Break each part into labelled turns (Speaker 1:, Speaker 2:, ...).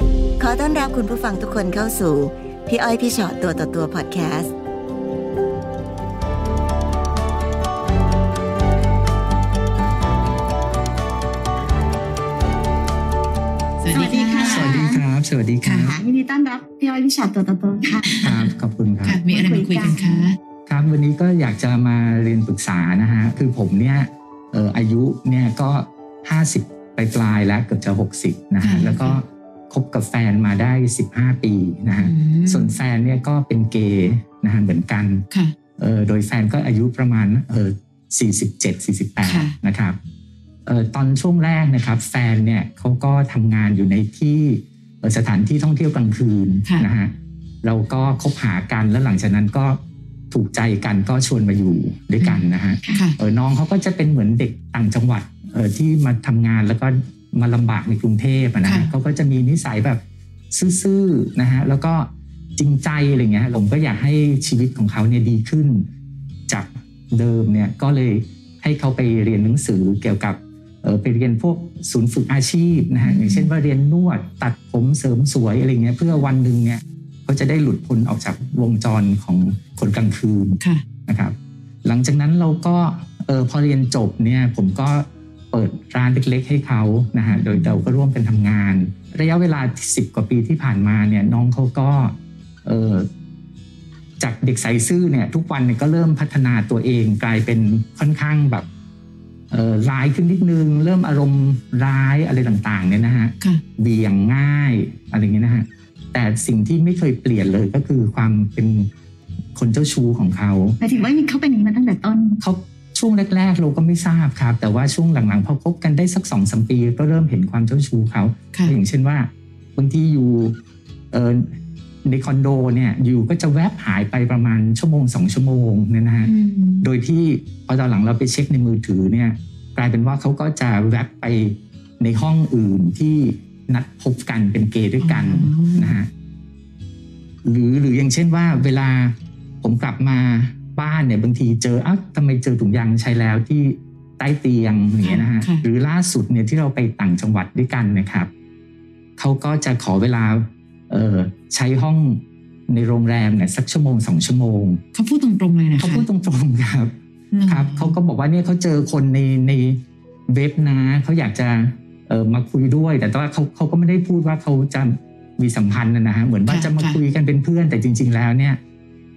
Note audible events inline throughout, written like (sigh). Speaker 1: อต้อนรับคุณผู้ฟังทุกคนเข้าสู่ พี่อ้อยพี่ชอตตัวต่อตัวพอดแคสต์
Speaker 2: สวัสดีค่ะ
Speaker 3: สวัสดีครับ สวัสดีครั
Speaker 2: ค่ะ
Speaker 3: บ
Speaker 2: ค่ะ
Speaker 3: ค
Speaker 2: ยินดีต้อนรับพี่อ้อยพี่ชอตตัวต่อตัวค่ะ
Speaker 3: รับขอบคุณครับ
Speaker 2: มีอะไรมาคุยกันคะ
Speaker 3: ครับวันนี้ก็อยากจะมาเรียนปรึกษานะฮะคือผมเนี่ยเอ่ออายุเนี่ยก็ 50 ปลายปลายๆแล้วเกือบจะ 60นะฮะ
Speaker 2: ค่ะ
Speaker 3: แล้วก็คบกับแฟนมาได้ 15 ปีนะฮะ
Speaker 2: อืม
Speaker 3: ส่วนแฟนเนี่ยก็เป็นเกย์นะฮะเหมือนกัน
Speaker 2: ค่ะ
Speaker 3: เอ่อโดยแฟนก็อายุประมาณเอ่อ47
Speaker 2: ค่ะ
Speaker 3: 48นะครับเอ่อตอนช่วงแรกนะครับแฟนเนี่ยเขาก็ทำงานอยู่ในที่เอ่อสถานที่ท่องเที่ยวกลางคืน
Speaker 2: ค่ะ
Speaker 3: นะฮะ เราก็คบหากันแล้วหลังจากนั้นก็ถูกใจกันก็ชวนมาอยู่ด้วยกันนะฮะ
Speaker 2: ค่ะ
Speaker 3: เออน้องเขาก็จะเป็นเหมือนเด็กต่างจังหวัดเออที่มาทำงานแล้วก็มาลำบากในกรุงเทพอะนะฮะ
Speaker 2: ค่ะ
Speaker 3: เขาก็จะมีนิสัยแบบซื่อๆนะฮะแล้วก็จริงใจอะไรเงี้ยผมก็อยากให้ชีวิตของเขาเนี่ยดีขึ้น จากเดิมเนี่ยก็เลยให้เขาไปเรียนหนังสือเกี่ยวกับเออไปเรียนพวกศูนย์ฝึกอาชีพนะฮะอย่างเช่นว่าเรียนนวดตัดผมเสริมสวยอะไรเงี้ยเพื่อวันหนึ่งเนี่ย เขาจะได้หลุดพ้นออกจากวงจรของคนกลางคืน
Speaker 2: ค่ะ
Speaker 3: นะครับ หลังจากนั้นเราก็เออพอเรียนจบเนี่ยผมก็เปิดร้านเล็กๆให้เขานะฮะโดยเราก็ร่วมกันทำงาน ระยะเวลา 10 กว่าปีที่ผ่านมาเนี่ยน้องเขาก็เออจากเด็กใสซื่อเนี่ยทุกวันเนี่ยก็เริ่มพัฒนาตัวเองกลายเป็นค่อนข้างแบบเออร้ายขึ้นนิดนึง เริ่มอารมณ์ร้ายอะไรต่างๆเนี่ยนะฮะ
Speaker 2: ค่ะ
Speaker 3: เบี่ยงง่ายอะไรอย่างเงี้ยนะฮะแต่สิ่งที่ไม่เคยเปลี่ยนเลยก็คือความเป็นคนเจ้าชู้ของเขา
Speaker 2: หมายถึงว่าเขาเป็นอย่างนี้มาตั้งแต่ต้น
Speaker 3: เขาช่วงแรกๆ เราก็ไม่ทราบครับ แต่ว่าช่วงหลังๆพอคบกันได้สักสองสมปี ก็เริ่มเห็นความเจ้าชู้เขา
Speaker 2: ค่ะ
Speaker 3: อย่างเช่นว่าบางทีอยู่เอ่อในคอนโดเนี่ยอยู่ก็จะแวบหายไปประมาณชั่วโมงสองชั่วโมงเนี่ยนะฮะ
Speaker 2: อืม
Speaker 3: โดยที่พอตอนหลังเราไปเช็คในมือถือเนี่ยกลายเป็นว่าเขาก็จะแวบไปในห้องอื่นที่นัดพบกันเป็นเกย์ด้วยกัน
Speaker 2: อ๋อ
Speaker 3: นะฮะหรือหรืออย่างเช่นว่า เวลาผมกลับมาบ้านเนี่ยบางทีเจอเอ้าวทำไมเจอถุงยางใช้แล้วที่ใต้เตียงอย่างเงี้ยนะฮะ
Speaker 2: ค่ะ
Speaker 3: หรือล่าสุดเนี่ยที่เราไปต่างจังหวัดด้วยกันนะครับเขาก็จะขอเวลา เอ่อใช้ห้องในโรงแรมเนี่ยสักชั่วโมงสองชั่วโมง
Speaker 2: เขาพูดตรงๆเลยนะคะ
Speaker 3: เขาพูดตรงๆครับ
Speaker 2: อืม
Speaker 3: ครับเขาก็บอกว่าเนี่ยเขาเจอคนในในเว็บนะเขาอยากจะเออมาคุยด้วย แต่ว่าเขาเขาก็ไม่ได้พูดว่าเขาจะมีสัมพันธ์นะนะฮะเหมือนว่าจะมาคุยกันเป็นเพื่อนแต่จริง ๆ แล้วเนี่ย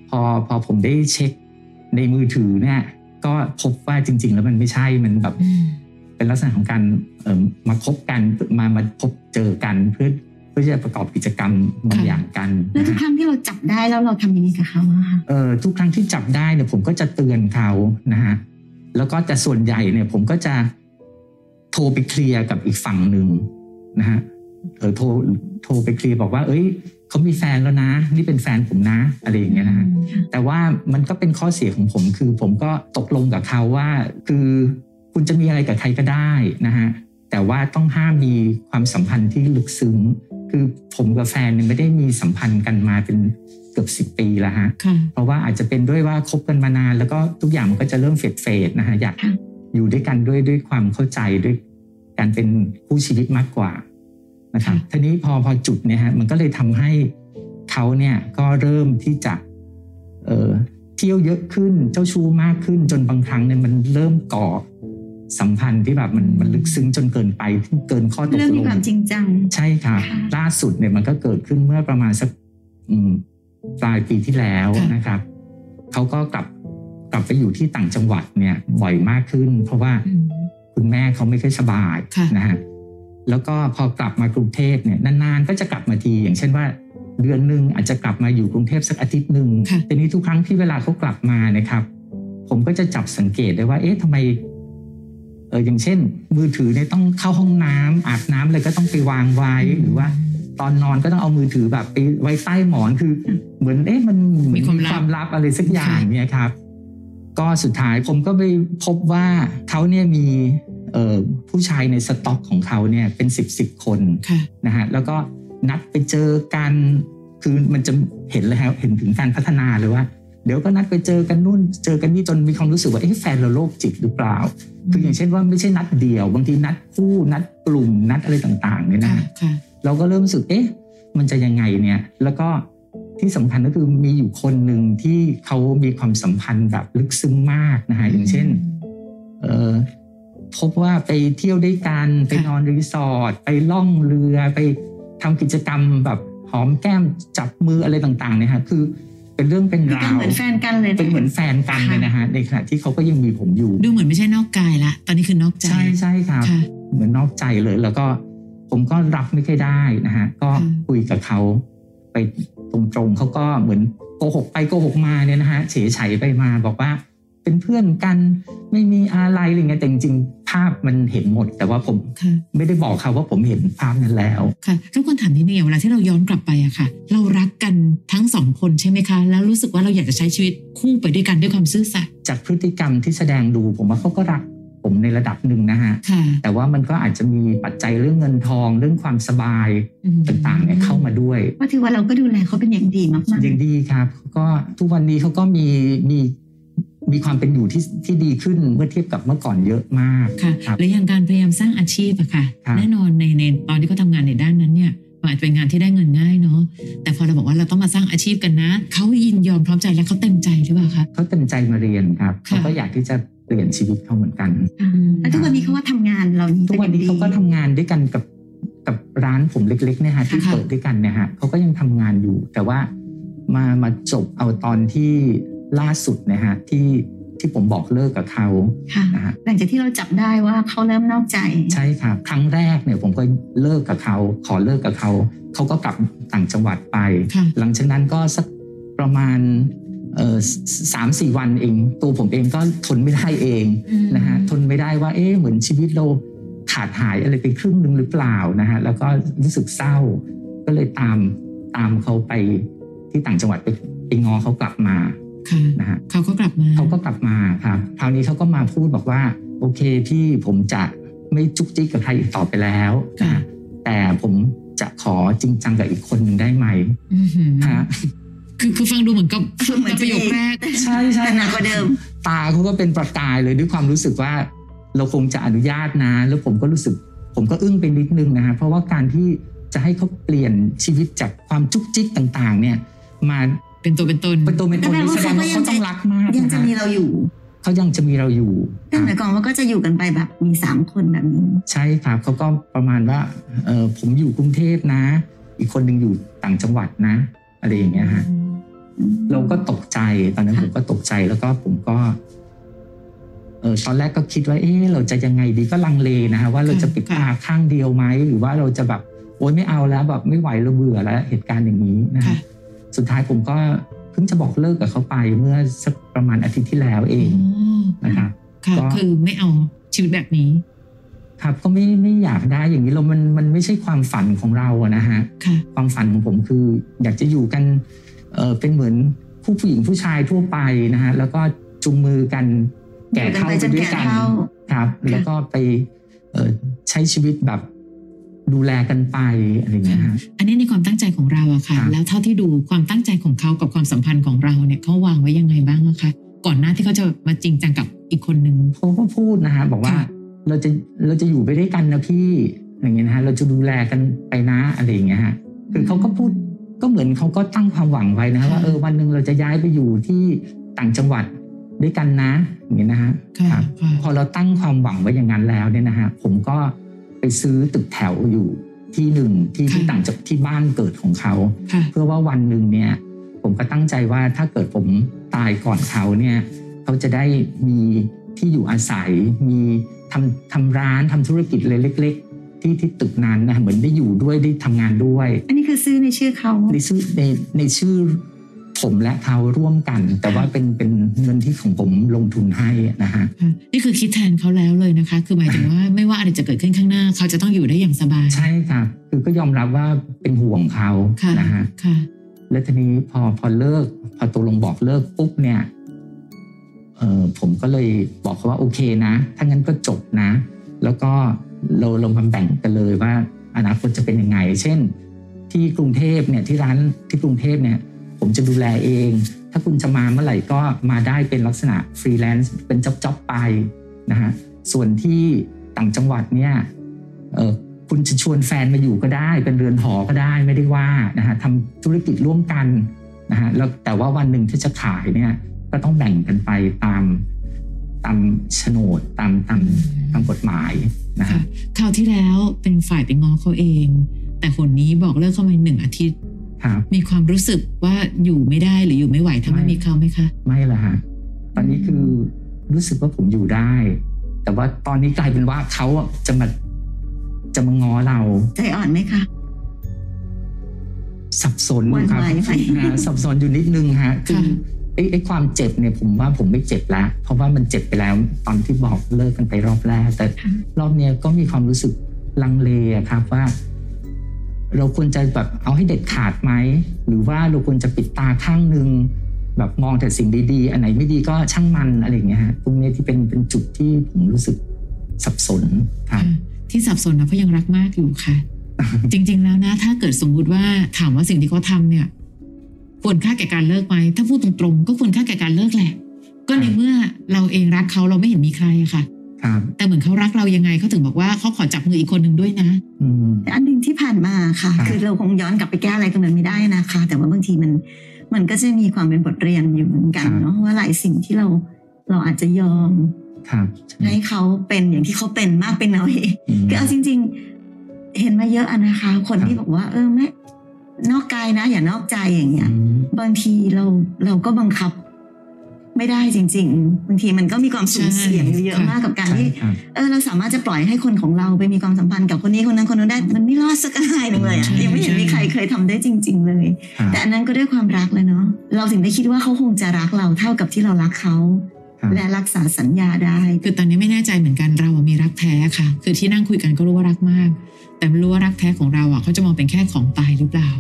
Speaker 3: พอพอผมได้เช็คในมือถือเนี่ย ก็พบว่าจริง ๆ แล้วมันไม่ใช่มันแบบ
Speaker 2: อืม
Speaker 3: เป็นลักษณะของการเออมาคบกันมามาพบเจอกันเพื่อเพื่อที่จะประกอบกิจกรรมบางอย่างกัน
Speaker 2: แล้ว
Speaker 3: นะ
Speaker 2: ทุก
Speaker 3: ฮะ
Speaker 2: ครั้งที่เราจับได้แล้วเราทำยังไงกับเขาอะคะ
Speaker 3: เอ่อทุกครั้งที่จับได้เนี่ยผมก็จะเตือนเขานะฮะแล้วก็แต่ส่วนใหญ่เนี่ยผมก็จะโทรไปเคลียร์กับอีกฝั่งหนึ่งนะฮะเออโทรโทรไปเคลียร์บอกว่า เอ้ยเขามีแฟนแล้วนะ นี่เป็นแฟนผมนะอะไรอย่างเงี้ยนะฮะ
Speaker 2: ค่ะ
Speaker 3: แต่ว่ามันก็เป็นข้อเสียของผมคือผมก็ตกลงกับเขาว่า คือคุณจะมีอะไรกับใครก็ได้นะฮะแต่ว่าต้องห้ามมีความสัมพันธ์ที่ลึกซึ้ง คือผมกับแฟนเนี่ยไม่ได้มีสัมพันธ์กันมาเป็นเกือบสิบปีแล้วฮะ
Speaker 2: ค่ะ
Speaker 3: เพราะว่าอาจจะเป็นด้วยว่าคบกันมานาน แล้วก็ทุกอย่างมันก็จะเริ่มเฟดเฟดนะฮะอยาก
Speaker 2: ค่ะ
Speaker 3: อยู่ด้วยกันด้วยด้วยความเข้าใจด้วยการเป็นคู่ชีวิตมากกว่านะครับทีนี้พอพอจุดเนี่ยฮะมันก็เลยทำให้เขาเนี่ยก็เริ่มที่จะเอ่อเที่ยวเยอะขึ้นเจ้าชู้มากขึ้นจนบางครั้งเนี่ยมันเริ่มก่อสัมพันธ์ที่แบบมันมันลึกซึ้งจนเกินไปเกินข้อตกลง
Speaker 2: เริ่มมีความจริงจัง
Speaker 3: ใช่ครับ
Speaker 2: ค่ะ
Speaker 3: ล่าสุดเนี่ยมันก็เกิดขึ้นเมื่อประมาณสักอืมปลายปีที่แล้ว
Speaker 2: ค่ะ
Speaker 3: นะครับเขาก็กลับกลับไปอยู่ที่ต่างจังหวัดเนี่ยบ่อยมากขึ้น เพราะว่า
Speaker 2: อืม
Speaker 3: คุณแม่เขาไม่ค่อยสบาย
Speaker 2: ค่ะ
Speaker 3: นะฮะแล้วก็พอกลับมากรุงเทพเนี่ยนานๆ ก็จะกลับมาที อย่างเช่นว่า เดือนหนึ่งอาจจะกลับมาอยู่กรุงเทพสักอาทิตย์หนึ่ง
Speaker 2: ค่ะ
Speaker 3: ทีนี้ทุกครั้งที่เวลาเขากลับมานะครับ ผมก็จะจับสังเกตได้ว่า เอ๊ะทำไม เอออย่างเช่น มือถือเนี่ยต้องเข้าห้องน้ำอาบน้ำเลยก็ต้องไปวางไว้หรือว่า ตอนนอนก็ต้องเอามือถือแบบไปไว้ใต้หมอนคือเหมือนเอ๊ะมัน
Speaker 2: มีความลับ
Speaker 3: ความลับอะไรสักอย่างเนี่ยครับ ก็สุดท้ายผมก็ไปพบว่าเขาเนี่ยมีเอ่อผู้ชายในสต็อกของเขาเนี่ยเป็นสิบสิบคน
Speaker 2: ค่ะ
Speaker 3: นะฮะแล้วก็นัดไปเจอกันคือมันจะเห็นเลยฮะเห็นถึงการพัฒนาเลยว่า เดี๋ยวก็นัดไปเจอกันนู่นเจอกันนี่จนมีความรู้สึกว่าเอ๊ะแฟนเราโรคจิตหรือเปล่า คืออย่างเช่นว่าไม่ใช่นัดเดียว บางทีนัดคู่นัดกลุ่มนัดอะไรต่างๆเนี่ยนะ
Speaker 2: ค่ะ
Speaker 3: ฮะ
Speaker 2: ค่ะ
Speaker 3: เราก็เริ่มรู้สึกเอ๊ะ มันจะยังไงเนี่ยแล้วก็ที่สำคัญก็คือมีอยู่คนหนึ่งที่เขามีความสัมพันธ์แบบลึกซึ้งมากนะฮะอย่างเช่น เอ่อพบว่าไปเที่ยวด้วยกันไปนอนรีสอร์ทไปล่องเรือไปทำกิจกรรมแบบหอมแก้มจับมืออะไรต่างๆเนี่ยฮะคือเป็นเรื่องเป็น
Speaker 2: คือ
Speaker 3: รา
Speaker 2: การ
Speaker 3: ว
Speaker 2: เหมือนแฟนกันเลยะ
Speaker 3: เป็นเหมือนแฟนกันเลยนะฮะในขณะที่เขาก็ยังมีผมอยู่
Speaker 4: ดูเหมือนไม่ใช่นอกกายละ ตอนนี้คือนอกใจ
Speaker 3: ใช่ใช่ครับ
Speaker 4: ค่ะ
Speaker 3: เหมือนนอกใจเลย แล้วก็ผมก็รับไม่ค่อยได้นะฮะก็
Speaker 4: ค่ะ
Speaker 3: คุยกับเขาไปตรงๆเขาก็เหมือนโกหกไปโกหกมาเนี่ยนะฮะเฉยไฉไปมาบอกว่า เป็นเพื่อนกันไม่มีอะไรอะไรเงี้ยแต่จริงๆภาพมันเห็นหมด แต่ว่าผม
Speaker 4: ค่ะ
Speaker 3: ไม่ได้บอกเขาว่าผมเห็นภาพนั้นแล้ว
Speaker 4: ค่ะทุกคนถามนิดนึงอย่างเวลาที่เราย้อนกลับไปอะค่ะ เรารักกันทั้งสองคนใช่ไหมคะ แล้วรู้สึกว่าเราอยากจะใช้ชีวิตคู่ไปด้วยกันด้วยความซื่อสัตย์
Speaker 3: จากพฤติกรรมที่แสดงดูผมว่าเขาก็รักผมในระดับหนึ่งนะฮะ
Speaker 4: ค่ะ
Speaker 3: แต่ว่ามันก็อาจจะมีปัจจัยเรื่องเงินทองเรื่องความสบาย
Speaker 4: อืม
Speaker 3: ต่างๆเนี่ยเข้ามาด้วย
Speaker 2: ว่าถือว่าเราก็ดูแลเขาเป็นอย่างดีมาก
Speaker 3: อย่างดีครับก็ทุกวันนี้เขาก็มีมีมีความเป็นอยู่ที่ที่ดีขึ้นเมื่อเทียบกับเมื่อก่อนเยอะมาก
Speaker 4: ค่ะ
Speaker 3: ครับ
Speaker 4: และอย่างการพยายามสร้างอาชีพอะค่ะ
Speaker 3: ครับ
Speaker 4: แน่นอนในในตอนที่เขาทำงานในด้านนั้นเนี่ยมันอาจจะเป็นงานที่ได้เงินง่ายเนาะแต่พอเราบอกว่าเราต้องมาสร้างอาชีพกันนะเขายินยอมพร้อมใจและเขาเต็มใจหรือเปล่าคะ
Speaker 3: เขาเต็มใจมาเรียนครับ
Speaker 4: ค่ะ
Speaker 3: เขาก็อยากที่จะเปลี่ยนชีวิตเขาเหมือนกัน
Speaker 2: ๆค่ะแล้วทุกวันนี้เขาว่าทำงานเรานี้
Speaker 3: ทุกวันนี้เขาก็ทำงานด้วยกันกับกับร้านผมเล็กๆเนี่ยฮะที่
Speaker 4: ค่ะ
Speaker 3: เปิดด้วยกันเนี่ยฮะเขาก็ยังทำงานอยู่ แต่ว่ามามาจบเอาตอนที่ล่าสุดนะฮะที่ที่ผมบอกเลิกกับเขา
Speaker 2: ค่ะ
Speaker 3: นะฮะ
Speaker 2: หลังจากที่เราจับได้ว่าเขาเริ่มนอกใจ
Speaker 3: ใช่ครับครั้งแรกเนี่ยผมก็เลิกกับเขา ขอเลิกกับเขาเขาก็กลับต่างจังหวัดไป
Speaker 4: ค่ะ
Speaker 3: หลังจากนั้นก็สักประมาณเอ่อสสามสี่วันเอง ตัวผมเองก็ทนไม่ได้เองนะฮะทนไม่ได้ว่าเอ๊ะเหมือนชีวิตเราขาดหายอะไรไปครึ่งหนึ่งหรือเปล่านะฮะแล้วก็รู้สึกเศร้า ก็เลยตามตามเขาไปที่ต่างจังหวัดไปไปงอเขากลับมา
Speaker 4: ค่ะ
Speaker 3: นะฮะ
Speaker 4: เขาก็กลับมา
Speaker 3: เขาก็กลับมาครับคราวนี้เขาก็มาพูดบอกว่า โอเคพี่ผมจะไม่จุกจิกกับใครอีกต่อไปแล้วนะฮะแต่ผมจะขอจริงจังกับอีกคนหนึ่งได้ไหม
Speaker 4: อื้อหือ
Speaker 3: ฮะ
Speaker 4: คือคือฟังดูเหมือนกับ
Speaker 2: เหมือ
Speaker 4: กั
Speaker 2: น
Speaker 4: บประโยคแรก
Speaker 2: ที่
Speaker 3: ใช่ใช่
Speaker 2: แต่หนักกว่าเดิม
Speaker 3: ตาเขาก็เป็นประกายเลยด้วยความรู้สึกว่า เราคงจะอนุญาตนะ แล้วผมก็รู้สึก ผมก็อึ้งไปนิดนึงนะฮะเพราะว่าการที่จะให้เขาเปลี่ยนชีวิตจากความจุกจิกต่างๆ เนี่ย มา
Speaker 4: เป็นตัวเป็นตน
Speaker 3: เป็นตัวเป็นตนนี่แสดงว่าเขาต้องรักมาก
Speaker 2: ยัง
Speaker 3: นะ
Speaker 2: จะ
Speaker 3: ฮะ
Speaker 2: มีเราอยู่
Speaker 3: เขายังจะมีเราอยู่ค
Speaker 2: นั่นห
Speaker 3: รับ
Speaker 2: มายความว่าก็จะอยู่กันไปแบบมีสามคนแบบนี้
Speaker 3: ใช่ครับเขาก็ประมาณว่าเออผมอยู่กรุงเทพนะ อีกคนหนึ่งอยู่ต่างจังหวัดนะ อะไรอย่างเงี้ยฮะเราก็ตกใจตอนนั้น
Speaker 4: ค่ะ
Speaker 3: ผมก็ตกใจแล้วก็ผมก็เออตอนแรกก็คิดว่าเอ๊ะเราจะยังไงดีก็ลังเลนะฮะว่าเราจะปิดตาข้างเดียวไหมหรือว่าเราจะแบบโอ๊ยไม่เอาแล้วแบบไม่ไหวเราเบื่อแล้วเหตุการณ์อย่างนี้นะ
Speaker 4: ค่ะ
Speaker 3: ฮะสุดท้ายผมก็เพิ่งจะบอกเลิกกับเขาไปเมื่อสักประมาณอาทิตย์ที่แล้วเอง
Speaker 4: อ๋อ
Speaker 3: นะครับ
Speaker 4: ค่ะ
Speaker 3: ก็
Speaker 4: คือไม่เอาชีวิตแบบนี้
Speaker 3: ครับก็ไม่ไม่อยากได้อย่างนี้เรามันมันไม่ใช่ความฝันของเราอะนะฮะ
Speaker 4: ค่ะ
Speaker 3: ความฝันของผมคือ อยากจะอยู่กันเออเป็นเหมือนผู้ผู้หญิงผู้ชายทั่วไปนะฮะแล้วก็จุงมือกันแก่เท่าไปด้วยกัน
Speaker 2: อยู่กันไปจนแก่เฒ่า
Speaker 3: ครับ แล้วก็ไปเอ่อใช้ชีวิตแบบดูแลกันไปอะไรอย่างเงี้ยฮะ
Speaker 4: อันนี้ในความตั้งใจของเราอะค่ะ
Speaker 3: ครับ
Speaker 4: แล้วเท่าที่ดูความตั้งใจของเขากับความสัมพันธ์ของเราเนี่ยเขาวางไว้ยังไงบ้างอะคะ ก่อนหน้าที่เขาจะมาจริงจังกับอีกคนนึง
Speaker 3: เขาก็พูดนะฮะบอกว่า
Speaker 4: ค่ะ
Speaker 3: เราจะเราจะอยู่ไปด้วยกันนะพี่อย่างเงี้ยนะฮะเราจะดูแลกันไปนะอะไรอย่างเงี้ยฮะคือเขาก็พูดก็เหมือนเขาก็ตั้งความหวังไว้นะฮะว่าเออวันหนึ่งเราจะย้ายไปอยู่ที่ต่างจังหวัดด้วยกันนะอย่างเงี้ยนะฮะ
Speaker 4: ค่ะ
Speaker 3: ครับ
Speaker 4: ค่ะ
Speaker 3: พอเราตั้งความหวังไว้อย่างนั้นแล้วเนี่ยนะฮะผมก็ไปซื้อตึกแถวอยู่ที่หนึ่งที่ที่ต่างจากที่บ้านเกิดของเขา
Speaker 4: ค่ะ
Speaker 3: เพื่อว่าวันหนึ่งเนี่ยผมก็ตั้งใจว่าถ้าเกิดผมตายก่อนเขาเนี่ยเขาจะได้มีที่อยู่อาศัย มีทำทำร้านทำธุรกิจเลยเล็ก ๆ ที่ที่ตึกนั้นนะเหมือนได้อยู่ด้วยได้ทำงานด้วย
Speaker 2: อันนี้คือซื้อในชื่อเขา
Speaker 3: ในชื่อในในชื่อผมและเขาร่วมกัน แต่ว่าเป็นเป็นเงินที่ของผมลงทุนให้นะฮะ
Speaker 4: ค่ะ นี่คือคิดแทนเขาแล้วเลยนะคะ คือหมายถึงว่า (coughs) ไม่ว่าอะไรจะเกิดขึ้นข้างหน้า เขาจะต้องอยู่ได้อย่างสบาย
Speaker 3: ใช่ค่ะคือก็ยอมรับว่าเป็นห่วงเขา
Speaker 4: ค่ะ
Speaker 3: นะฮะ
Speaker 4: ค่ะ
Speaker 3: แล้วทีนี้พอพอเลิก พอตกลงบอกเลิกปุ๊บเนี่ยเออผมก็เลยบอกเขาว่าโอเคนะ ถ้างั้นก็จบนะ แล้วก็เราลงมาแบ่งกันเลยว่า อนาคตจะเป็นยังไง เช่น ที่กรุงเทพเนี่ยที่ร้านที่กรุงเทพเนี่ย ผมจะดูแลเอง ถ้าคุณจะมาเมื่อไหร่ก็มาได้เป็นลักษณะฟรีแลนซ์เป็นจ็อบๆไปนะฮะส่วนที่ต่างจังหวัดเนี่ยเออ คุณจะชวนแฟนมาอยู่ก็ได้ เป็นเรือนหอก็ได้ไม่ได้ว่านะฮะทำธุรกิจร่วมกันนะฮะแล้วแต่ว่าวันหนึ่งที่จะขายเนี่ยก็ต้องแบ่งกันไปตามตามโฉนดตามตามตามกฎหมายนะฮะ
Speaker 4: ค่ะคราวที่แล้วเป็นฝ่ายไปง้อเขาเอง แต่หนนี้บอกเลิกเข้ามาหนึ่งอาทิตย์
Speaker 3: ครับ
Speaker 4: มีความรู้สึกว่าอยู่ไม่ได้หรืออยู่ไม่ไหวถ้าไม่มีเขาไหมคะ
Speaker 3: ไม่ละฮะตอนนี้คือรู้สึกว่าผมอยู่ได้ แต่ว่าตอนนี้กลายเป็นว่าเขาอะจะมาจะมาง้อเรา
Speaker 2: ใจอ่อนไหมคะ
Speaker 3: สับสนอยู่ครับ
Speaker 2: หวั่นไหวไหม
Speaker 3: อ่าสับสนอยู่นิดนึงฮะคือ
Speaker 4: ค่ะ
Speaker 3: ไอ้ไอ้ความเจ็บเนี่ยผมว่าผมไม่เจ็บแล้ว เพราะว่ามันเจ็บไปแล้ว ตอนที่บอกเลิกกันไปรอบแรกแต่
Speaker 2: ค่ะ
Speaker 3: รอบเนี้ยก็มีความรู้สึกลังเลอะครับว่า เราควรจะแบบเอาให้เด็ดขาดไหมหรือว่าเราควรจะปิดตาข้างหนึ่งแบบมองแต่สิ่งดีๆ อันไหนไม่ดีก็ช่างมันอะไรอย่างเงี้ยฮะตรงเนี้ยที่เป็นเป็นจุดที่ผมรู้สึกสับสนครับ
Speaker 4: ที่สับสนนะเพราะยังรักมากอยู่ค่ะ จริง ๆ แล้วนะ ถ้าเกิดสมมุติว่าถามว่าสิ่งที่เขาทำเนี่ย ควรค่าแก่การเลิกไหมถ้าพูดตรงๆ ก็ควรค่าแก่การเลิกแหละ ก็ใน
Speaker 3: ครับ
Speaker 4: เมื่อเราเองรักเขาเราไม่เห็นมีใครอะค่ะ
Speaker 3: ครับ
Speaker 4: แต่เหมือนเขารักเรายังไงเขาถึงบอกว่าเขาขอจับมืออีกคนหนึ่งด้วยนะ
Speaker 3: อืม
Speaker 2: แต่อันหนึ่งที่ผ่านมาค่ะ
Speaker 3: ค่ะ
Speaker 2: คือเราคงย้อนกลับไปแก้อะไรตรงนั้นไม่ได้นะคะ แต่ว่าบางทีมันมันก็จะมีความเป็นบทเรียนอยู่เหมือนกันเนาะว่าหลายสิ่งที่เราเราอาจจะยอม
Speaker 3: ครับ
Speaker 2: ให้เขาเป็นอย่างที่เขาเป็นมากเป็นเอาเอง
Speaker 3: ม
Speaker 2: คือเอาจริง ๆ เห็นมาเยอะอะนะคะ คน
Speaker 3: ครับ
Speaker 2: ที่บอกว่า เออไม่นอกกายนะ อย่านอกใจอย่างเงี้ย
Speaker 3: อืม
Speaker 2: บางทีเราเราก็บังคับ ไม่ได้จริง ๆ บางทีมันก็มีความสูญเสียงอยู่เยอะ
Speaker 4: ใช่
Speaker 2: มากกับการ
Speaker 3: ใช่
Speaker 2: ที่
Speaker 3: ครับ
Speaker 2: เออเราสามารถจะปล่อยให้คนของเราไปมีความสัมพันธ์กับคนนี้คนนั้นคนนู้นได้ มันไม่รอดสักรายหนึ่งเลยอะ
Speaker 4: ใช่
Speaker 2: ยังไม่เห็น
Speaker 4: ใช่
Speaker 2: มีใครเคยทำได้จริง ๆ เลย
Speaker 3: ครับ
Speaker 2: แต่อันนั้นก็ด้วยความรักเลยเนาะเราถึงได้คิดว่าเขาคงจะรักเราเท่ากับที่เรารักเขา
Speaker 3: ครับ
Speaker 2: และรักษาสัญญาได้
Speaker 4: คือตอนนี้ไม่แน่ใจเหมือนกันเราอะมีรักแท้ค่ะ คือที่นั่งคุยกันก็รู้ว่ารักมาก แต่ไม่รู้ว่ารักแท้ของเราอ่ะเขาจะมองเป็นแค่ของตายหรือเปล่า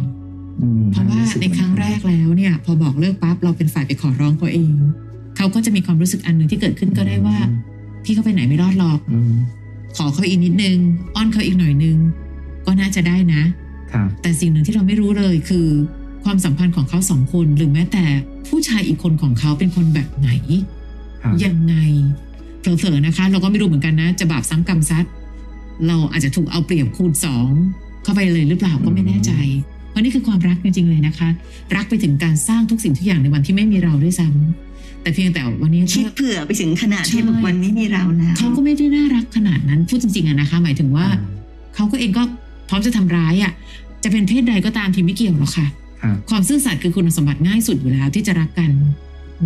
Speaker 3: อืม
Speaker 4: เพราะว่าในครั้งแรกแล้วเนี่ยพอบอกเลิกปั๊บเราเป็นฝ่ายไปขอร้องเขาเองเขาก็จะมีความรู้สึกอันหนึ่งที่เกิดขึ้นก็ได้ว่า พี่เขาไปไหนไม่รอดหรอก
Speaker 3: อืม
Speaker 4: ขอเขาอีกนิดนึง อ้อนเขาอีกหน่อยนึง ก็น่าจะได้นะ
Speaker 3: ครับ
Speaker 4: แต่สิ่งหนึ่งที่เราไม่รู้เลยคือ ความสัมพันธ์ของเขาสองคนหรือแม้แต่ผู้ชายอีกคนของเขาเป็นคนแบบไหน
Speaker 3: ครับ
Speaker 4: ยังไงเผลอๆนะคะ เราก็ไม่รู้เหมือนกันนะ จะบาปซ้ำกรรมซัดเราอาจจะถูกเอาเปรียบคูณสองเข้าไปเลยหรือเปล่าก็ไม่แน่ใจ เพราะนี่คือความรักจริงๆเลยนะคะ รักไปถึงการสร้างทุกสิ่งทุกอย่างในวันที่ไม่มีเราด้วยซ้ำแต่เพียงแต่วันนี้
Speaker 2: คิดเผื่อไปถึงขนาดที่
Speaker 4: ใช่
Speaker 2: แบบวันไม่มีเราแล้ว
Speaker 4: เขาก็ไม่ได้น่ารักขนาดนั้นพูดจริงๆอะนะคะ หมายถึงว่าเขาก็เองก็พร้อมจะทำร้ายอะจะเป็นเพศใดก็ตามที่ไม่เกี่ยวหรอกค่ะ
Speaker 3: ครับ
Speaker 4: ความซื่อสัตย์คือคุณสมบัติง่ายสุดอยู่แล้วที่จะรักกัน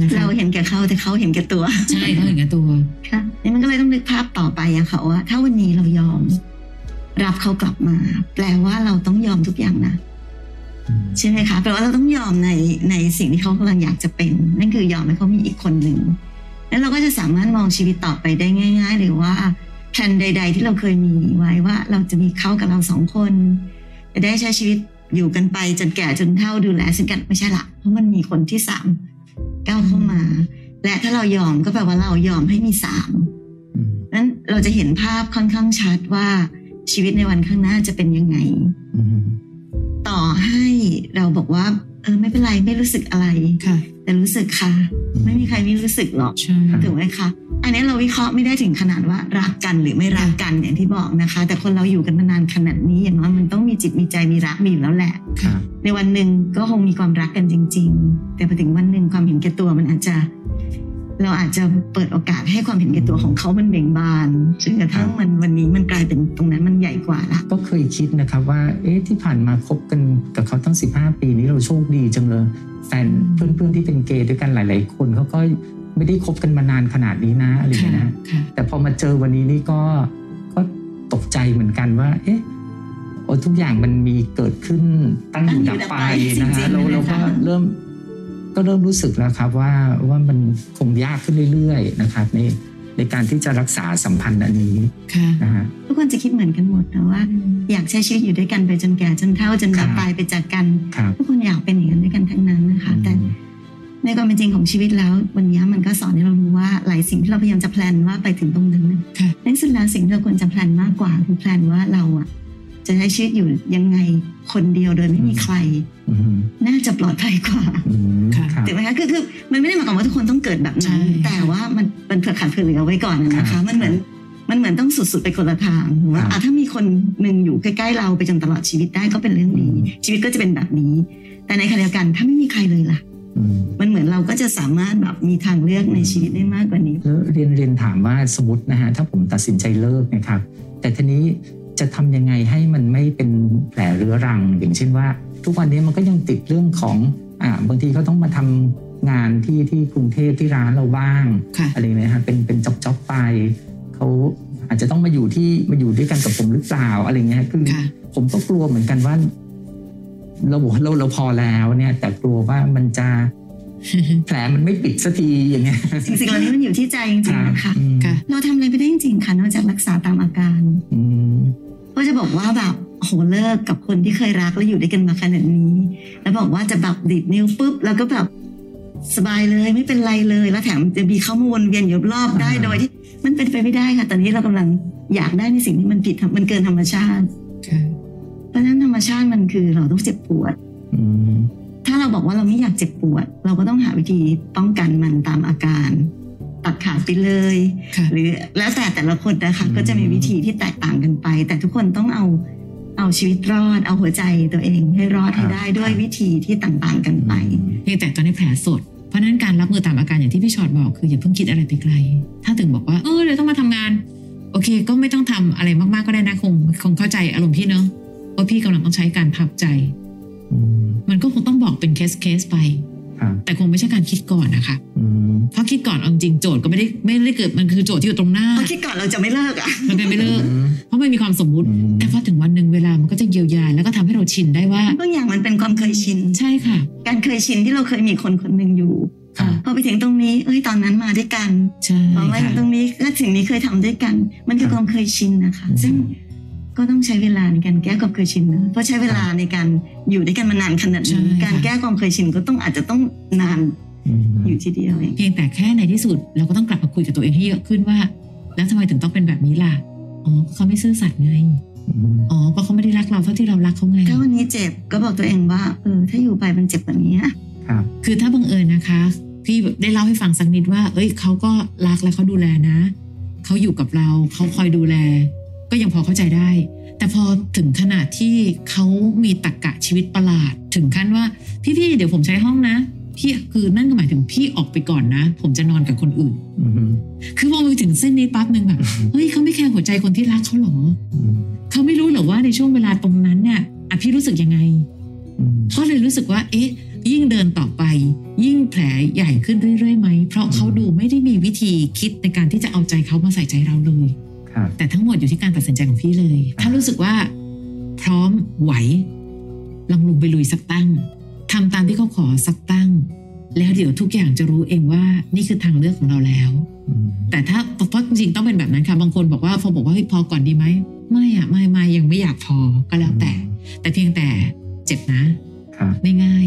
Speaker 4: นะคะ
Speaker 2: เราเห็นแก่เขาแต่เขาเห็นแก่ตัว
Speaker 4: ใช่เขาเห็นแก่ตัว
Speaker 2: ค่ะนี่มันก็เลยต้องนึกภาพต่อไปอะค่ะว่า ถ้าวันนี้เรายอม รับเขากลับมา แปลว่าเราต้องยอมทุกอย่างนะใช่ไหมคะแปลว่าเราต้องยอมในในสิ่งที่เขากำลังอยากจะเป็น นั่นคือยอมให้เขามีอีกคนหนึ่งแล้วเราก็จะสามารถมองชีวิตต่อไปได้ง่ายๆเลยว่าแผนใด ๆ ที่เราเคยมีไว้ว่า เราจะมีเขากับเราสองคนจะได้ใช้ชีวิตอยู่กันไปจนแก่จนเฒ่าดูแลซึ่งกันไม่ใช่ละเพราะมันมีคนที่สามก้าวเข้ามา และถ้าเรายอมก็แปลว่าเรายอมให้มีสาม นั้นเราจะเห็นภาพค่อนข้างชัดว่าชีวิตในวันข้างหน้าจะเป็นยังไง
Speaker 3: อืม
Speaker 2: ต่อให้เราบอกว่า เออไม่เป็นไรไม่รู้สึกอะไร
Speaker 4: ค่ะ
Speaker 2: แต่รู้สึกค่ะ ไม่มีใครไม่รู้สึกหรอก
Speaker 4: ใช่
Speaker 2: ถูกไหมคะอันนี้เราวิเคราะห์ไม่ได้ถึงขนาดว่ารักกันหรือไม่รักกันอย่างที่บอกนะคะ แต่คนเราอยู่กันมานานขนาดนี้อย่างน้อยมันต้องมีจิตมีใจมีรักมีอยู่แล้วแหละ
Speaker 3: ครับ
Speaker 2: ในวันหนึ่งก็คงมีความรักกันจริง ๆ แต่พอถึงวันหนึ่งความเห็นแก่ตัวมันอาจจะ เราอาจจะเปิดโอกาสให้ความเห็นแก่ตัวของเขามันเบ่งบานจนกระทั่งมันวันนี้มันกลายเป็นตรงนั้นมันใหญ่กว่าละ
Speaker 3: ก็เคยคิดนะครับว่า เอ๊ะ ที่ผ่านมาคบกันกับเขาตั้ง 15 ปีนี้เราโชคดีจังเลย แฟนเพื่อนๆที่เป็นเกย์ด้วยกันหลาย ๆ คนเขาก็ไม่ได้คบกันมานานขนาดนี้นะอะไรอย่าง
Speaker 4: ค่ะ
Speaker 3: เงี้ยนะ
Speaker 4: ค่ะ
Speaker 3: แต่พอมาเจอวันนี้นี่ก็ก็ตกใจเหมือนกันว่า เอ๊ะโอ้ทุกอย่างมันมีเกิดขึ้นตั้งอยู่
Speaker 2: ตั้
Speaker 3: ดั
Speaker 2: งอยู่
Speaker 3: บ
Speaker 2: ดับ
Speaker 3: ไป
Speaker 2: ไป
Speaker 3: นะ
Speaker 2: จริ
Speaker 3: ฮะ
Speaker 2: งๆ
Speaker 3: เรา
Speaker 2: เลย
Speaker 3: เราก็
Speaker 2: ค่ะ
Speaker 3: เริ่มก็เริ่มรู้สึกแล้วครับว่าว่ามันคงยากขึ้นเรื่อยๆนะครับในในการที่จะรักษาสัมพันธ์อันนี้
Speaker 4: ค่ะ
Speaker 3: นะฮะ
Speaker 2: ทุกคนจะคิดเหมือนกันหมดนะว่า อยากใช้ชีวิตอยู่ด้วยกันไปจนแก่จนเฒ่าจนแบ
Speaker 3: ครับ บ
Speaker 2: ตายไปจากกัน
Speaker 3: ครับ
Speaker 2: ทุกคนอยากเป็นอย่างนั้นด้วยกันทั้งนั้นนะคะ แต่
Speaker 3: อืม
Speaker 2: ในความเป็นจริงของชีวิตแล้ว วันนี้มันก็สอนให้เรารู้ว่าหลายสิ่งที่เราพยายามจะแพลนว่าไปถึงตรงนั้นนะ
Speaker 4: ค่ะ
Speaker 2: ในที่สุดแล้วสิ่งที่เราควรจะแพลนมากกว่าคือแพลนว่าเราอะจะใช้ชีวิตอยู่ยังไงคนเดียวโดยไม่มีใคร
Speaker 3: อืม
Speaker 2: น่าจะปลอดภัยกว่า
Speaker 3: อืม
Speaker 4: ค่ะ
Speaker 3: รับ
Speaker 2: ถูกไหมคะคือคือมันไม่ได้หมายความว่าทุกคนต้องเกิดแบบนั้น
Speaker 4: ใช่
Speaker 2: แต่ว่ามันมันเผื่อขาดเผื่อเหลือไว้ก่อนนะคะ
Speaker 3: ค่ะ
Speaker 2: มันเหมือนมัน มันเหมือนต้องสุดๆไปคนละทางผมว่า
Speaker 3: ครับ
Speaker 2: อ่ะถ้ามีคนหนึ่งอยู่ใกล้ๆเราไปจนตลอดชีวิตได้ก็เป็นเรื่องดี
Speaker 3: อืม
Speaker 2: ชีวิตก็จะเป็นแบบนี้ แต่ในขณะเดียวกันถ้าไม่มีใครเลยล่ะ
Speaker 3: อืม
Speaker 2: มันเหมือนเราก็จะสามารถแบบมีทางเลือกในชีวิตได้มากกว่านี้
Speaker 3: แล้วเรียนเรียนถามว่าสมมตินะฮะถ้าผมตัดสินใจเลิกนะครับ แต่ทีนี้จะทำยังไงให้มันไม่เป็นแผลเรื้อรัง อย่างเช่นว่า ทุกวันนี้มันก็ยังติดเรื่องของอ่าบางทีก็ต้องมาทำงานที่ที่กรุงเทพที่ร้านเราบ้าง
Speaker 4: ค่ะ
Speaker 3: อะไรอย่างเงี้ยฮะเป็นเป็นจ็อบจ็อบๆไปเขาอาจจะต้องมาอยู่ที่มาอยู่ด้วยกันกับผมหรือเปล่าอะไรเงี้ยคือ
Speaker 4: ค่ะ
Speaker 3: ผมก็กลัวเหมือนกันว่าเราบอกว่าเราเราพอแล้วเนี่ย แต่กลัวว่ามันจะแผลมันไม่ปิดสักทีอย่างเงี้ย
Speaker 2: สิ่งสิ่งเหล่านี้มันอยู่ที่ใจจริงๆนะคะ
Speaker 3: อืม
Speaker 4: ค่ะ
Speaker 2: เราทำอะไรไม่ได้จริงๆค่ะนอกจากรักษาตามอาการ
Speaker 3: อืม
Speaker 2: ก็จะบอกว่าแบบโหเลิกกับคนที่เคยรักแล้วอยู่ด้วยกันมาขนาดนี้ แล้วบอกว่าจะแบบดิดนิ้วปุ๊บแล้วก็แบบสบายเลยไม่เป็นไรเลยแล้วแถมจะมีเข้ามาวนเวียนอยู่รอบได้โดยที่มันเป็นไปไม่ได้ค่ะ ตอนนี้เรากำลังอยากได้ในสิ่งที่มันผิดธรรมมันเกินธรรมชาติ
Speaker 4: ค่ะ
Speaker 2: เพราะฉะนั้นธรรมชาติมันคือเราต้องเจ็บปวด
Speaker 3: อืม
Speaker 2: ถ้าเราบอกว่าเราไม่อยากเจ็บปวด เราก็ต้องหาวิธีป้องกันมันตามอาการ ตัดขาดไปเลย
Speaker 4: ค่ะ
Speaker 2: หรือแล้วแต่แต่ละคนนะคะก็จะมีวิธีที่แตกต่างกันไป แต่ทุกคนต้องเอาเอาชีวิตรอด เอาหัวใจตัวเองให้รอดให้ได้ด้วยวิธีที่ต่างๆกันไป
Speaker 4: เพียงแต่ตอนนี้แผลสด เพราะฉะนั้นการรับมือตามอาการอย่างที่พี่ชอดบอกคืออย่าเพิ่งคิดอะไรไปไกล ถ้าถึงบอกว่า เออเดี๋ยวต้องมาทำงาน โอเค ก็ไม่ต้องทำอะไรมากๆก็ได้นะคงคงเข้าใจอารมณ์พี่เนอะว่าพี่กำลังต้องใช้การพับใจ
Speaker 3: อืม
Speaker 4: มันก็คงต้องบอกเป็นเคสเคสๆไป
Speaker 3: ครับ
Speaker 4: แต่คงไม่ใช่การคิดก่อนนะคะ
Speaker 3: อืม
Speaker 4: เพราะคิดก่อนเอาจริงโจทย์ก็ไม่ได้ไม่ได้เกิดมันคือโจทย์ที่อยู่ตรงหน้า
Speaker 2: เพราะคิดก่อนเราจะไม่เลิกอ่ะ
Speaker 4: มันเป็นไปเลิก
Speaker 3: อืม
Speaker 4: เพราะมันมีความสมมุติ
Speaker 3: อืม
Speaker 4: แต่พอถึงวันหนึ่งเวลามันก็จะเยียวยาแล้วก็ทำให้เราชินได้ว่า
Speaker 2: ทุกอย่างมันเป็นความเคยชิน
Speaker 4: ใช่ค่ะ
Speaker 2: การเคยชินที่เราเคยมีคนคนหนึ่งอยู่
Speaker 3: ค่ะ
Speaker 2: พอไปถึงตรงนี้เอ้ยตอนนั้นมาด้วยกัน
Speaker 4: ใช่
Speaker 2: พอมาถึ
Speaker 4: ค่ะ
Speaker 2: งตรงนี้ก็สิ่งนี้เคยทำด้วยกัน มันคือความเคยชินนะคะ ซึ่งก็ต้องใช้เวลาในการแก้ความเคยชินนะเพราะใช้เวลาในการอยู่ด้วยกันมานานขนาด
Speaker 4: ใช่
Speaker 2: นี้
Speaker 4: ค่ะ
Speaker 2: การแก้ความเคยชินก็ต้องอาจจะต้องนาน
Speaker 3: อืม
Speaker 2: อยู่ที่เดียวเอง
Speaker 4: เพียงแต่แค่ในที่สุดเราก็ต้องกลับมาคุยกับตัวเองให้เยอะขึ้นว่า แล้วทำไมถึงต้องเป็นแบบนี้ล่ะอ๋อก็เขาไม่ซื่อสัตย์ไง
Speaker 3: อืม
Speaker 4: อ๋อก็เขาไม่ได้รักเราเท่าที่เรารักเขาไง
Speaker 2: ถ้าวันนี้เจ็บก็บอกตัวเองว่าเออถ้าอยู่ไปมันเจ็บกว่านี้อะ
Speaker 3: ครับ
Speaker 4: คือถ้าบังเอิญนะคะพี่ได้เล่าให้ฟังสักนิดว่า เอ้ยเขาก็รักและเขาดูแลนะเขาอยู่กับเราเขาคอยดูแล ก็ยังพอเข้าใจได้ แต่พอถึงขนาดที่เขามีตรกกะชีวิตประหลาด ถึงขั้นว่าพี่ๆเดี๋ยวผมใช้ห้องนะพี่คือนั่นก็หมายถึงพี่ออกไปก่อนนะ ผมจะนอนกับคนอื่น
Speaker 3: อืม
Speaker 4: คือพอมาถึงเส้นนี้ปั๊บหนึ่งแบบเฮ้ยเขาไม่แคร์หัวใจคนที่รักเขาเหรอ
Speaker 3: อืม
Speaker 4: เขาไม่รู้เหรอว่าในช่วงเวลาตรงนั้นเนี่ยอ่ะพี่รู้สึกยังไง
Speaker 3: อืม
Speaker 4: ก็เลยรู้สึกว่า เอ๊ะ ยิ่งเดินต่อไป ยิ่งแผลใหญ่ขึ้นเรื่อยๆไหม เพราะเขา
Speaker 3: อืม
Speaker 4: ดูไม่ได้มีวิธีคิดในการที่จะเอาใจเขามาใส่ใจเราเลย
Speaker 3: ครับ
Speaker 4: แต่ทั้งหมดอยู่ที่การตัดสินใจของพี่เลย ถ้ารู้สึกว่า พร้อมไหว ลองลงไปลุยสักตั้งทำตามที่เขาขอสักตั้ง แล้วเดี๋ยวทุกอย่างจะรู้เองว่านี่คือทางเลือกของเราแล้ว
Speaker 3: อืม
Speaker 4: แต่ถ้าเพราะจริงๆต้องเป็นแบบนั้นค่ะบางคนบอกว่าพอบอกว่าเฮ้ยพอก่อนดีไหมไม่อะไม่ไม่ยังไม่อยากพอก็แล้วแต่ แต่เพียงแต่เจ็บนะ
Speaker 3: ครับ
Speaker 4: ไม่ง่าย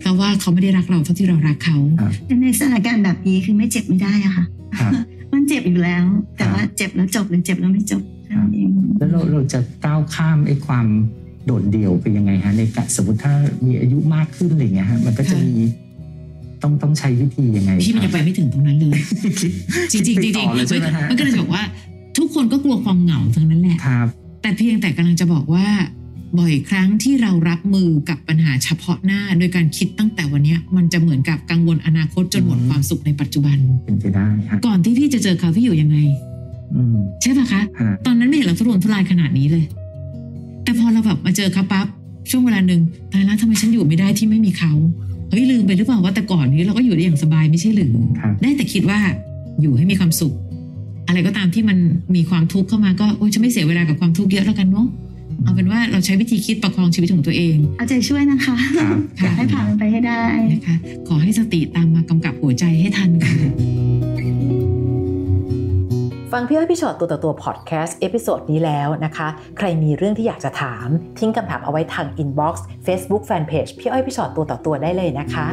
Speaker 4: เพราะว่าเขาไม่ได้รักเราเท่าที่เรารักเขา
Speaker 3: ครับ
Speaker 2: แต่ในสถานการณ์แบบนี้คือไม่เจ็บไม่ได้อะค่ะ
Speaker 3: ครับ
Speaker 2: มันเจ็บอยู่แล้ว แต่
Speaker 3: ครับ
Speaker 2: ว่าเจ็บแล้วจบหรือเจ็บแล้วไม่จบ
Speaker 3: ครับ
Speaker 2: เอง
Speaker 3: แล้วเราเราจะก้าวข้ามไอ้ความโดดเดี่ยวไปยังไงฮะในกะสมมติถ้ามีอายุมากขึ้นอะไรอย่างเงี้ยฮะมันก็จะ
Speaker 4: ค่ะ
Speaker 3: มีต้องต้องใช้วิธียังไง
Speaker 4: พี่มันจะไป
Speaker 3: ครับ
Speaker 4: ไม่ถึงตรงนั้นเลย จริงๆจริง
Speaker 3: คิด
Speaker 4: ๆ
Speaker 3: ไปต่อเลยใช่ไหมฮะ
Speaker 4: มันก็เลยจะบอกว่า ทุกคนก็กลัวความเหงาทั้งนั้นแหละ
Speaker 3: ครับ
Speaker 4: แต่เพียงแต่กำลังจะบอกว่า บ่อยครั้งที่เรารับมือกับปัญหาเฉพาะหน้า โดยการคิดตั้งแต่วันเนี้ยมันจะเหมือนกับกังวลอนาคตจนหมด
Speaker 3: อืม
Speaker 4: ความสุขในปัจจุบัน
Speaker 3: เป็นไปได้ฮะ
Speaker 4: ก่อนที่พี่จะเจอเขาพี่อยู่ยังไง
Speaker 3: อืม
Speaker 4: ใช่ปะคะ
Speaker 3: ฮะ
Speaker 4: ตอนนั้นไม่เห็นเราทุรนทุรายขนาดนี้เลย แต่พอเราแบบมาเจอเขาปั๊บช่วงเวลาหนึ่งตายแล้วทำไมฉันอยู่ไม่ได้ที่ไม่มีเขาเฮ้ยลืมไปหรือเปล่าว่าแต่ก่อนนี้เราก็อยู่ได้อย่างสบายไม่ใช่หรือ
Speaker 3: ครับ
Speaker 4: ได้แต่คิดว่าอยู่ให้มีความสุข อะไรก็ตามที่มันมีความทุกข์เข้ามาก็โอ้ยฉันไม่เสียเวลากับความทุกข์เยอะแล้วกันเนาะเอาเป็นว่าเราใช้วิธีคิดประคองชีวิตของตัวเอง
Speaker 2: เอาใจช่วยนะคะ
Speaker 3: ครับ
Speaker 2: อยากให้ผ่านมันไปให้ได้
Speaker 4: นะคะขอให้สติตามมากำกับหัวใจให้ทันค่ะ
Speaker 5: ฟังพี่อ้อยพี่ชอตตัวต่อตัวพอดแคสต์เอพิโซดนี้แล้วนะคะ ใครมีเรื่องที่อยากจะถาม ทิ้งคำถามเอาไว้ทางอินบ็อกซ์เฟซบุ๊กแฟนเพจพี่อ้อยพี่ชอตตัวต่อตัวได้เลยนะคะ